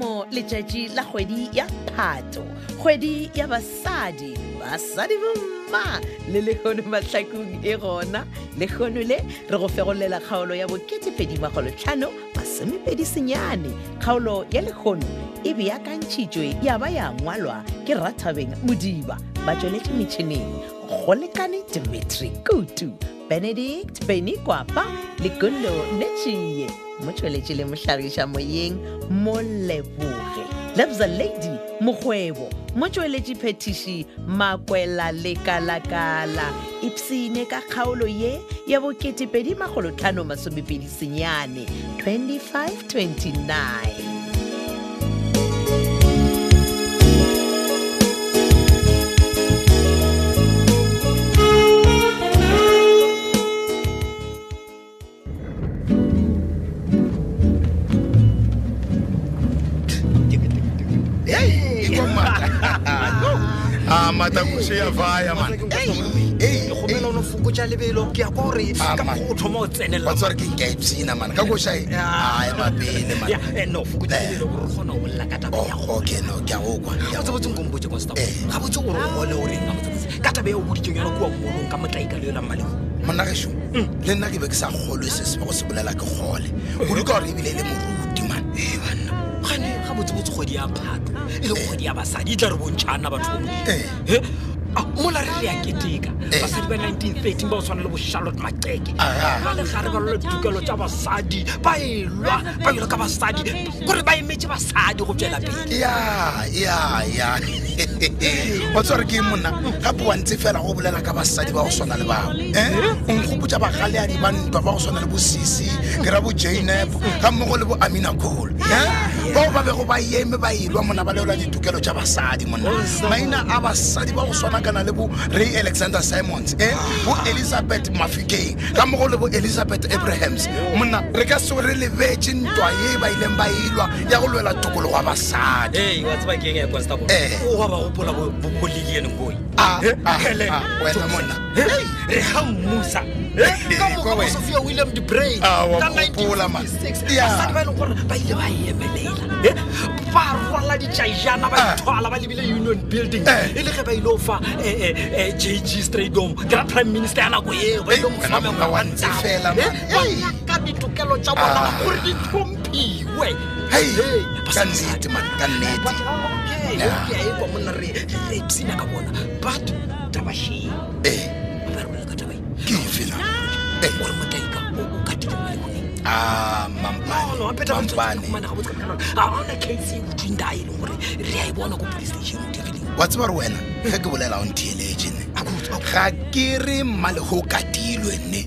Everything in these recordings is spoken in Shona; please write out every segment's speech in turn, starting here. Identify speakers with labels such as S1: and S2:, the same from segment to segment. S1: letšatši la kgwedi ya phato kgwedi ya basadi basadi bomma le lehono mahlakong e gona lehono le re go fegolela kgaolo ya bo2edimagolotlhano masomepedi senyane kgaolo ya lehono e beakantšhitšwe ya ba ya ngwalwa ke rathabeng modiba ba tsweletše metšhineng go lekane dimitri kutu benedict benikwapa le gundo netšie motsweletši le mohlagiša moyeng moleboge lebza lady mokgwebo motsweletši phetiši makwela lekalakala ipsene ka kgaolo ye ya bo2 5 senyane 2529
S2: Hey, kwa mata. Ah, mata kushe ya vaya man.
S3: gomela o ne fokotsa lebelo ke ya kwa gore
S2: Ah,
S3: ka
S2: man.
S3: mokgwa o thoma o
S2: Wa tsware ke nka ipsina man. Ka kusha e. Ah, ya mapele man.
S3: tsenelelano fokotsa lebelo gore o kgona go bolela ka taba ya
S2: Oh, okay no, ke a go kwa. Ke a
S3: ga
S2: go-
S3: botse botseng kombotse constable
S2: Eh.
S3: ga botse gore o gole o reng ga botsebotse ka taba ya o boditseng yana kua molong ka motlaika le yolang malego
S2: Monna gešo, le nna ke be ke sa kgolwe se se go se bolela ke gole kudu ka gore ebile le moruti man
S3: ee banna gane ga botsebotse kgwedi ya phato e le kgwedi ya basadi e tla re bontšhana batho ba Modimo.
S2: Eh.
S3: Eh, a mola re re ya keteka
S2: Eh.
S3: basadi ba 1913 ba go tshwana le bo charlotte maceke
S2: Aha.
S3: ba legare ba lwa ditokelo tsa basadi ba e lwa ba elwa ka basadi kore ba emetse basadi go tswela pele
S2: ya ya ya wa tsware ke eng monna gape wa ntse fela go bolela ka basadi ba go swana le bao e nkgopotsa bagaleadi ba ntwa ba go swana le bo sisi ke ra bo janep ga mmogo le bo amina col bao ba bego ba eme ba e elwa mona ba leola ditokelo tša basadi monna maina a basadi ba go swana kana le bo ray alexander simons e bo elizabeth mafikeng ka mmogo le bo elizabeth abrahams monna re ka seo re lebetse ntwa ye ba ileng ba elwa ya go lwela tokologo ya basadi
S3: ee wa tseba keng ya constable
S2: Eh.
S3: o wa ba gopola bolelieneng boe
S2: Ah,
S3: Eh,
S2: ah,
S3: hele.
S2: ah, wena monna.
S3: Eh, re ga mmusa
S2: Eh,
S3: ka
S2: kwa
S3: moka
S2: wena.
S3: sophia william de bray
S2: Ah, wa
S3: ka
S2: gopola, man.
S3: 1956
S2: Yeah.
S3: basadi ba e leng gore ba ile ba emelela Eh, ba rola ditšaijana ba
S2: Ah.
S3: ithola ba lebile union building
S2: Eh.
S3: e le ge ba ile go fa eh, eh, eh, jg straydom ke ra prime minister ya nako eo ba ile
S2: Eh,
S3: go
S2: wena monna
S3: fa mengwe
S2: wa
S3: wa
S2: ntse
S3: ntabo.
S2: fela, man.
S3: Eh, ba nyaka ditokelo tsa bona
S2: Ah.
S3: gore di tlhomphiwe
S2: Hei,
S3: Eh,
S2: ka
S3: basadi-
S2: nnete man ka nnete Yeah.
S3: okokekwa monna re re ipsina ka bona but tabašhe
S2: ee
S3: ba re bolela ka tabae
S2: ke efela
S3: gore motaika o katilelekone
S2: a
S3: Oh,
S2: mampane
S3: ona case e utlweng da e leng gore re a e bona ko police station o dirileng
S2: wa tseba re wena ge ke bolela o ntheeletse ne ga ke re mmalego o katilwe nne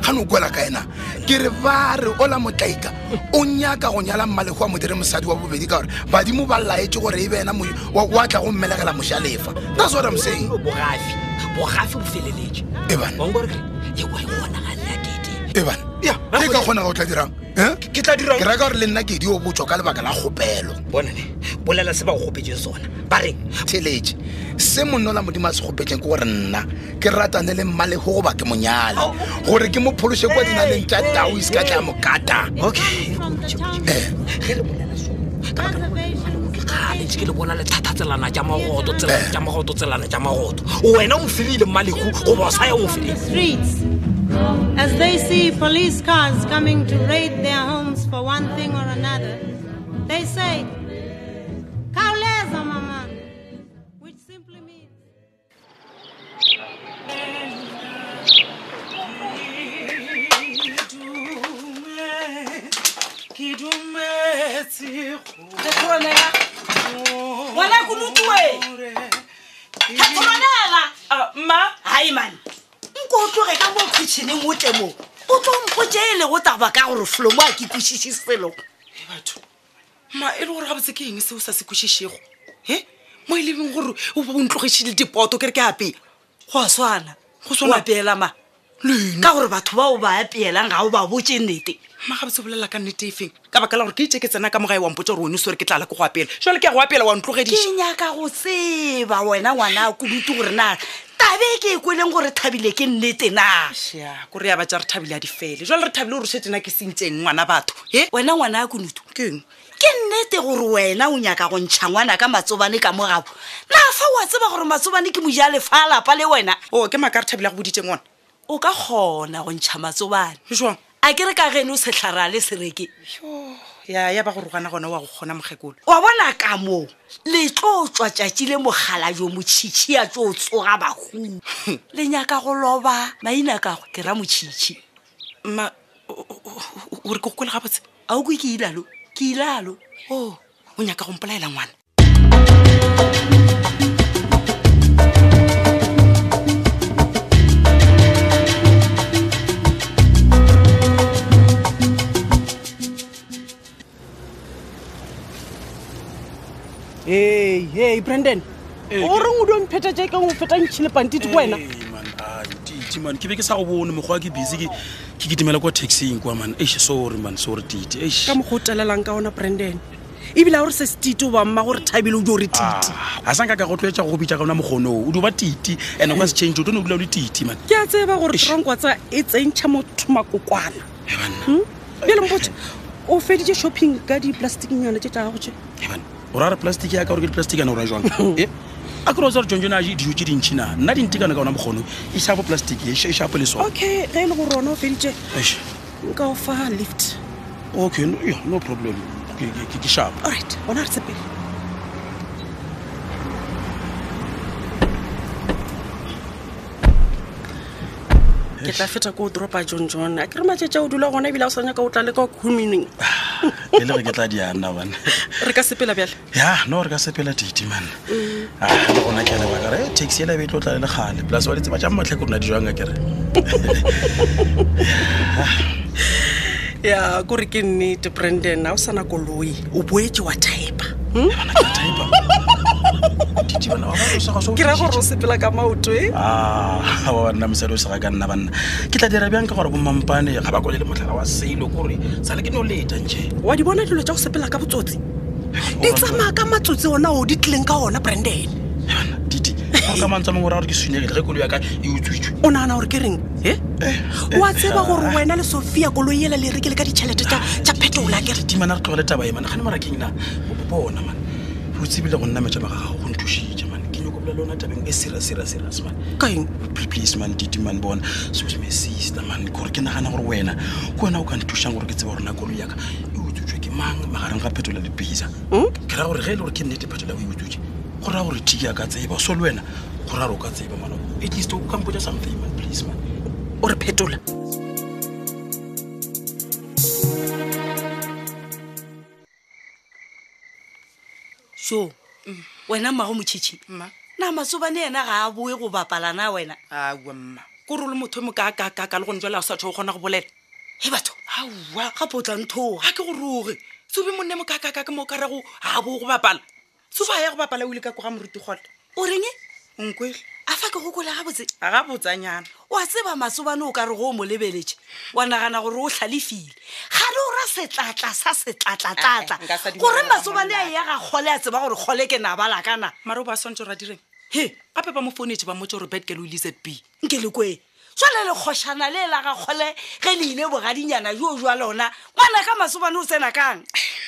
S2: ga ne o kwela ka ena ke re ba re ola motlaika o nyaka go nyala mmalego wa modire mosadi wa bobedi ka gore badimo ba laetse gore e be ena mo- wa wa tla go mmelegela mošalefa that's what i'm saying
S3: bogafi bogafi bo feleletše
S2: E bana.
S3: wankore e wa e bona ga leakete
S2: e bana
S3: Ya,
S2: e ka kgona go tla dirang Eh?
S3: ke tla dirang
S2: ke reka gore le nna kedi o botswa ka lebaka la kgopelo
S3: bonane bolela se ba go gopetseng sona ba reng
S2: theletše se monnola modimo a se kgopetseng ke gore nna ke ratane le mmalego goba ke monyale gore ke mo pholoshe kwa dinaleng tša tao ise ka tla Ee. mokata
S3: okay ge le bolela so ka baka la gore malemo ke kgale ntse ke le bona lethata tselana ja magoto tselana ja magoto tselana ja magoto wena o mfedile mmalego goba o saya o mfedile
S4: streets as they see police cars coming to raid their homes for one thing or another. They say, Kauleza, mama, which simply means.
S5: wena konotuwe kgetholonela
S6: Ah,
S5: mma hai mane nko o tloge ka mo kitšhineng o tle mo o tlo mpotse e lego taba ka gore flomo a ke kwešiše selo
S6: batho ma e le gore ga botse ke eng seo sa se kwešišego e mo e lebeng gore o ba o ntlogešile dipoto kere ke apea
S5: go a swana
S6: Go swana.
S5: O apeela ma
S6: lena
S5: ka gore batho bao ba apeelang ga o ba botse nnete
S6: mma ga botse o bolela ka nnete e feng ka baka la gore ke itse ke tsena ka mogae wampotsa gore one sore ke tlala ke go apela jale ke ya go apela wa ntlogediša
S5: ke nyaka go tseba wena ngwana a kodutu gore na tabe ke e kweleng gore thabile ke nnete na
S6: ya kore ya batsa re thabile a di fele jale re thabile gore setsena ke sentseng ngwana batho e
S5: wena ngwana a kodutu
S6: keng
S5: ke nnete gore wena o nyaka go ntšha ngwana ka matsobane ka mogabo na fa wa tseba gore matsobane ke moja lefa a lapa le wena
S6: o Oh, ke maaka re thabile go boditse ngwana
S5: o ka kgona go ntšha matsobane
S6: jang
S5: a ke re ka geno setlhara le sereke
S6: ya ya ba go rogana gona wa go kgona mokgekolo
S5: wa bona ka moo le tlo tswa tšatši le mogala jo motšhitšhi ya tlo tsoga bahu le nyaka go loba maina kago ke ra motšhitšhi
S6: mma o- o- o- o re ke go kwele gabotse
S5: a o kwe ke ilalo ke ilalo
S6: o o nyaka go mpolaela ngwana
S7: ei ei brandon o reng o dio mpheta jakeng o feta ntšhilepantite ko wena
S3: titi man ke be ke sa go bone mokgwa ke busy ke ke kitimela kwa taxing kwa man eish sorry man sorry titi eish
S7: ka mokgwa o telelang ka ona brandon ebile a gore se setite o bamma gore thabile o dio re tite
S3: Ah, a sanka ka go tloetsa go go bitsa ka ona mogono o di ba titi and o ka se change o tone o dula o le titi man
S7: ke a tseba gore tronkwa tsa e tsentšha motho makokwana Hmm? bjale mpotse o feditse shopping ka di-plastiking yone tse tsa gago tse
S3: eban o raya re plastic yaka ore ke di-plastic yana o ra jwang e a kere o tsa gore jonjone a je dijo tse dintšhi na nna dintekana ka ona mogono e shapo plastic e sh- e shapo le sone
S7: okay ge e le gore ona o feditse
S3: Eish,
S7: nka o fa lift
S3: okay no- yeah, no problem Ke- ke- ke- ke shapo
S7: allright ona re sepele ke tla feta ko o toropa john john a ke re matšetša o dula gona ebile a o sa nyaka o tla le ka communeng
S3: e le re ke tla dianna bane
S7: re ka sepela bjale
S3: ya no re ka sepela titi man Ah, le gona ke a lebaka re taxi ela e be e tlo tla le legale plus wa ditseba jang matlheko rona dijanga kere
S7: ya kore ke nnete brandon a o sana koloi o boetse wa typa ke ra gore o sepela ka maoto e
S3: a Ah, wa banna mosadi o sega ka nna banna ke tla dira bjang ka gore bomampane ga ba kole le motlhala wa selo kore sale ke no leta nje
S7: wa di bona dilo tša go sepela ka botsotsi di tsamaya ka matsotsi ona o di tlileng ka ona brandon
S3: titi o ka mantse mongwe ra gore ke swinyegile ge kolo yaka e utswitswe
S7: o nagana gore ke reng e
S6: Eh,
S7: oa tseba gore wena le sophia koloi ela le rekele ka ditšhelete
S6: Ah,
S7: tša tša phetola kere
S3: titimana re tlogele taba e mane gane mara keng na bona man o tsebile go nna metša ba gagago go nthušitše man ke nyoko bola le yona tabeng e sera sera seras man
S7: kaeng
S3: please man titi man bona sose my sister man gore ke nagana gore wena ke wena o ka nthušang gore ke tseba gore nakolo yaka e utswitswe ke mang magareng ga phetola le bisa ke raya gore ge e le gore ke nnete phetola o e utswitse go raya gore tiki a ka tseba so le wena go raya gore o ka tseba mana at least o kampotsa something man please man
S7: o re phetola
S5: so wena mmago motšhitšhi na matsobane ena ga a boe go bapalana wena
S6: awa mma kore o le motho e mo kakakaka le gone jale a o sa tho o kgona go bolela
S5: e batho aowa gape o tla nthoga
S6: ga ke go roge sebe monne mo kakakaka mo kare go a bo go bapala sebe a ya go bapala o ile ka ko ga moruti gole
S5: o renge
S6: nkwele
S5: a fa ke go kola gabotse
S6: a ga botsanyana
S5: wa tseba matsobane o ka re go o mo lebeletše wa nagana gore o hlalefile ga re o ra setlatla
S6: Ah, ah, nka sa
S5: sa setlatlatlatla
S6: dumela
S5: gore
S6: gore
S5: matsobane a ya ga kgole a tseba gore kgole ke nabala kana
S6: mare o ba swantse ra direng he gape ba mo founetse ba mmotse gore bedke le o lezed b
S5: nke le kwe tswale lekgošana le la ga kgole ge le ile bogadinyana joo jwa lona ngwana ka matsobane o tsena kang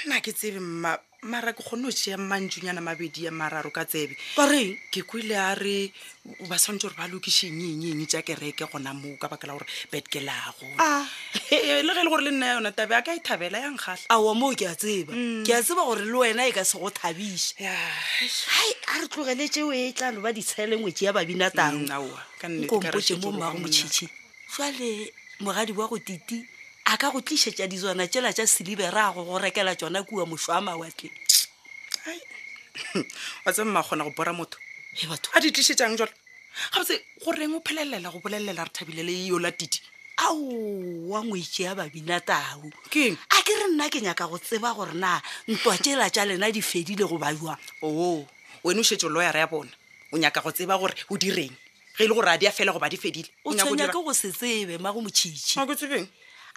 S6: nna ke tsebe mma mara ke kgone go tšea mantsunyana mabedi ya mararo ka tsebe
S5: ka reng
S6: ke kwele a re o ba swantse gore ba lokišeng enyenye tša kereke gona moo ka baka la gore bedke lago
S5: Ah.
S6: le ge e le gore le nna yona tabe a ka e thabela ya nkgatlha
S5: aowa moo ke a tseba ke a tseba gore le wena e ka se go thabiša hai a re tlogele tseo e tla loba ditshhelengwetse ya babina tang nkompotse mo mmago motšhitšhi jale mogadi wa go titi a ka go tlišetša ditswana tšela tša selibera a go go rekela tsona kua mošwa a mawatle
S6: wa tse mma kgona go bora motho
S5: e batho
S6: a di tlisetsang jalo gabotse goreng o phelelela go bolelela re thabile le eo la titi
S5: aowa ngwetse ya babina tau
S6: Ke eng?
S5: a ke re nna ke nyaka go tseba gore na ntwa tšela tša lena di fedile go ba jwang
S6: oo wena o shetse lawyer ya bona o nyaka go tseba gore o direng ge e le gore a di a fela go ba di fedile
S5: o tshwenya ke go se tsebe mmago motšhitšhi
S6: tsebeng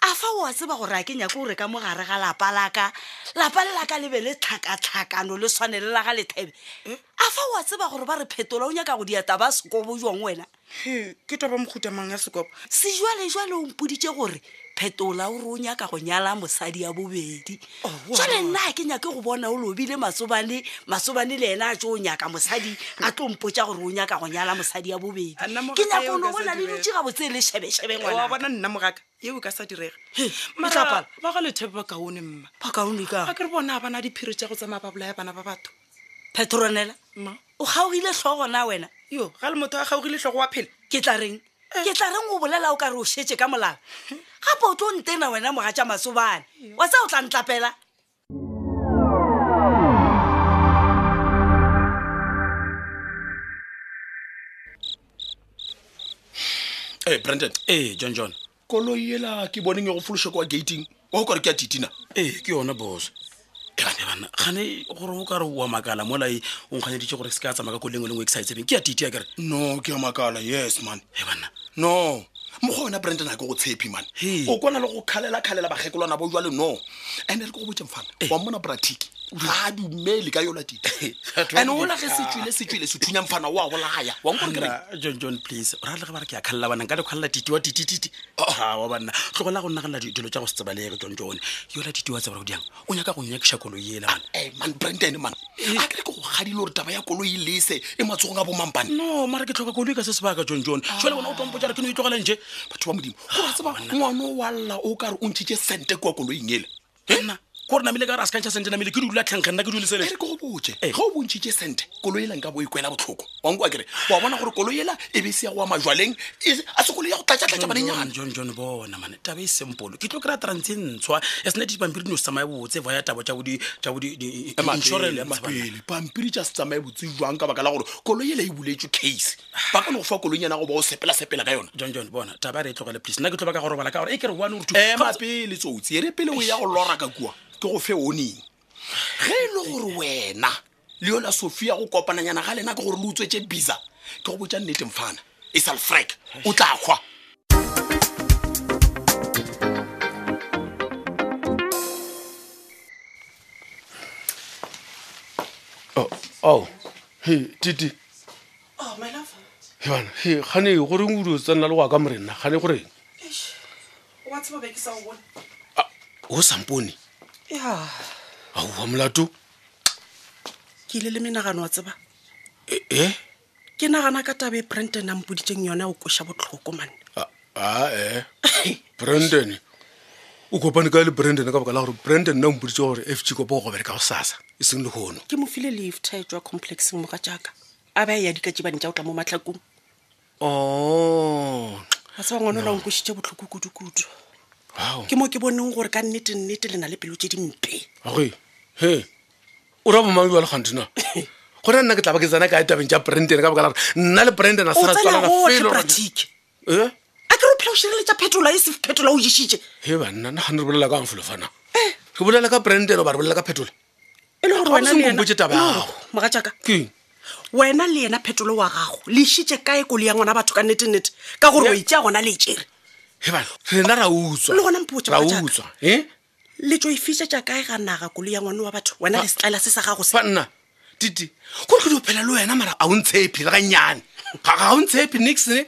S5: a fa o a tseba gore a ke nyake gore ka mo gare ga lapa laka lapa le laka le be le tlhakatlhakano le tshwane le la ga lethebe
S7: Eh?
S5: a fa o a tseba gore ba re phetola o nyaka go diata ba sekobo jong wena
S6: ke toba mokhutamang ya sekopo
S5: sejwalejwale o mpoditše gore
S8: phetola o re o nyaka go nyala mosadi ya bobedi
S7: Oh,
S8: tsone nna ha ke nyake go bona o lobile masobane masobane le ena a tse o nyaka mosadi a tlo mpotsa gore o nyaka go nyala mosadi ya bobedi
S7: A nna mo
S8: ke
S7: ga ka
S8: nyaka
S7: eo
S8: o ne
S7: ka
S8: go
S7: sa
S8: na le
S7: dumela.
S8: dutse gabotse le shebeshebe
S7: Eh, wa
S8: ngwana
S7: bona nna mogaka
S6: e
S7: eo ka sa direga
S8: Matlapala.
S7: mara ba ga lethepe ba kaone mma
S8: bakaone
S7: a
S8: ka
S7: ke re bona bana diphiri tsa go tsamaya ba bolaya bana ba batho
S8: petronela
S7: mma
S8: o gaogile tlhogona wena
S7: yo ga le motho a gaogile tlhogo wa phela
S8: ke tla reng
S5: Eh.
S8: ke tla reng o bolela o kare o shetse ka molala gape o tlo ntena wena moga ja masobane wa se o tla ntlapela
S9: Eh,
S10: ee brandon ee Eh, john john koloi ela ke boneng ya go folosa kwa gating wa go kare ke a titina ee Eh, ke yona boso ebane bana gane gore o kare wa makala mola e o nkganyeditse gore ke se ka tsamaya ka ko lengwe lengwe e ke sa etsebeng ke a titi ya kere
S9: no ke a makala yes man
S10: e banna
S9: no mokgwa ona brandon a ke go tshepi mane
S10: Hei.
S9: o kwana le go kgalela-kgalela bagekolwana bo jwale no and-e le ke go botseng fana
S10: Eh.
S9: wa mmona bratiki ga dumele ka yola tite and ola ge se tswile se tswile se thunyang fana o a bolaya wankore kere
S10: Nna, john john please o ra le ge ba re ke a kgalela banang ka lekgwalela titi wa titititi
S9: Oh.
S10: wa banna tlogela go nnagalela dilo tja go se tsebalege john john yola titi wa tseba gore diang o nyaka go nyakiša koloi Eh. ela bana
S9: Eh, man brandon man a kere ke go gadile gore taba ya koloi lese e matsogong a bomampane
S10: no mara ke tlhoka koloi ka se sebaka john john sole bona o tompotsa re ke no itlogelang Ah, je
S9: Ah. batho ba modimo gore tseba ngwana o walla o ka re o ntšhitše sente kwa koloing ele
S10: nna ko re namile ka re a se kantšha sente namile ke dula tlhankge nna ke
S9: e
S10: dule sele Eh.
S9: re ke go botse ga o bontšhitše sente koloi ela nka bo e kwela botlhoko wanko a kere wa bona gore koloi ela e be se ya goa majwaleng e- a se koloi ya go tlatša-tlatša banenyana
S10: john john bona mane taba e sempolo ke tlo kry-a trantse ntshwa ya sena dipampiri dino se tsamaya botse vaya taba tja bo di- tja bo di-
S9: E
S10: di- di- insurance, banna.
S9: mapele pampiri tša se tsamaye botse jwang ka baka la gore koloi ela e buletswe case ba ka no go fa koloinyana go ba o sepela-sepela ka yona
S10: john john bona taba re e tlogele please nna ke tlo baka go robala ka gore e kere one ore two-
S9: ema
S10: Ga-
S9: pele Eh, tsotsi e re pele o ya go lora ka kua ke go fe oneng ge e le gore wena le yola sophia go kopananyana ga lena ke gore le utswetse bisa ke go botsa nneteng fana e salfrek o tla kgwa
S3: Oh, ao he tite ebana he gane goreng o dio tsenna le go aka morenna gane goreng
S7: wa tseba beke sa go bona
S3: Ah, o sampone
S5: ya
S3: aowa molato
S5: ke ile le menagano wa tseba
S3: E- e
S5: ke nagana ka tabe branden a mpoditseng yone o koša botlhoko mane
S3: Ah, ah, eh brandon o kopane ka le brandon ka baka la gore brandon na o mpoditse gore f g kopa go gobele ka go sasa e seng le gono
S5: ke mo file leave tshwaetswa complexeng moga jaaka a ba e ya dikatibane tja o tla mo matlhakong
S3: o
S5: ga se ba ngwana ola o nkošitše botlhoko kudu-kudu
S3: wow
S5: ke mo ke boneng gore ka nnete-nnete le na le pelo tse dimpe
S3: agoe he o ra bomang jwa le kgantena gore nna ke tla ba ke tsena ka e tabeng tja brandon ka baka la gore nna le brandon a
S5: o
S3: sera
S5: tsena
S3: tswalana
S5: gotlhe
S3: felo ra-
S5: pratike
S3: Eh?
S5: a ke re o phela o šireletša phetola e se phetola o ješitše
S3: he banna nna gane re bolela ka angfolofana re bolela ka brandon ba re bolela ka phetola
S5: e le
S3: Ga o
S5: gore
S3: se
S5: wena Eh. le yena-
S3: nkompotše taba ya
S5: No,
S3: gago.
S5: moga jaaka
S3: keng
S5: wena le yena phetolo wa gago le išitše kae kole ya ngwana batho ka nnete-nnete ka gore o itsea gona le etsere
S3: he bana rena ra utswa
S5: Le gona mpotše
S3: ra
S5: ba jaaka.
S3: utswa e
S5: le tso e fišetša kae ga naga kole ya ngwana wa batho wena le setlaela se sa gago se
S3: banna tite gore ke di o phela le wena mara a o ntshepi le gannyane ga ga o ntshepi nix e.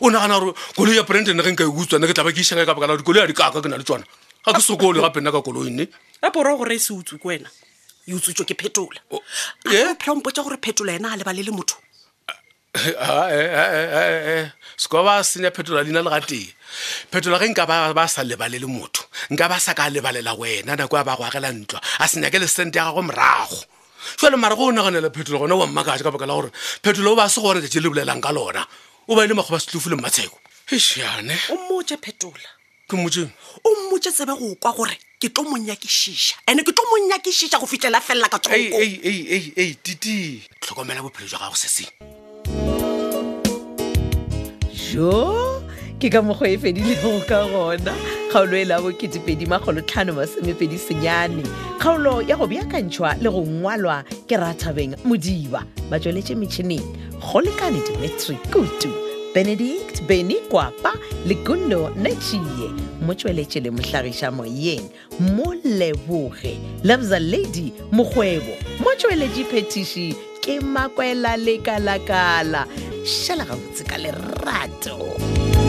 S3: o nagana gore koloi ya brandon ge nka e utswa nna ke tlabe ke išaka ka baka la gore koloi a dikaka ke na le tsona ga ke sokole gape nna ka koloi nne
S5: apora gore e se utswe ke wena e utswetso ke phetola
S3: O-
S5: a
S3: Eh?
S5: o phela ompotsa gore phetola yena a lebale le motho
S3: seka ba senya phetola leina le ga tee phetola ge nka ba ba sa lebalele motho nka ba sa ka lebalela wena nako ya ba go agela ntlwa a senyake le sente ya gago morago jale mara go o naganela phetola gona wa mmakatse ka baka la gore phetola o ba se gore tete le bolelang ka lona o ba ile makgoba setlofu le matsheko ešane
S5: o mmotse phetola
S3: ke motseng
S5: o mmotse tsebe go kwa gore ke tlo monyakišiša ande ke tlo monyakišiša go fitlhela felela ka
S3: ei
S5: thoko
S3: ei ei ei ei titi tlhokomela bophelo jwa gago se seng
S1: jo ke ka mokgwa e fedilego ka gona kgaolo e la bo2edimagolotlhanomasomepedi senyane kgaolo ya go beakantšhwa le go ngwalwa ke rathabeng modiba ba tsweletše metšhineng go lekane dimetri kutu benedict beny kwapa le gundo nechie mo tsweletše le mohlagiša moyeng mo leboge labza lady mokgwebo mo tsweletše phetiši ke makwela lekalakala šhala gabotse ka lerato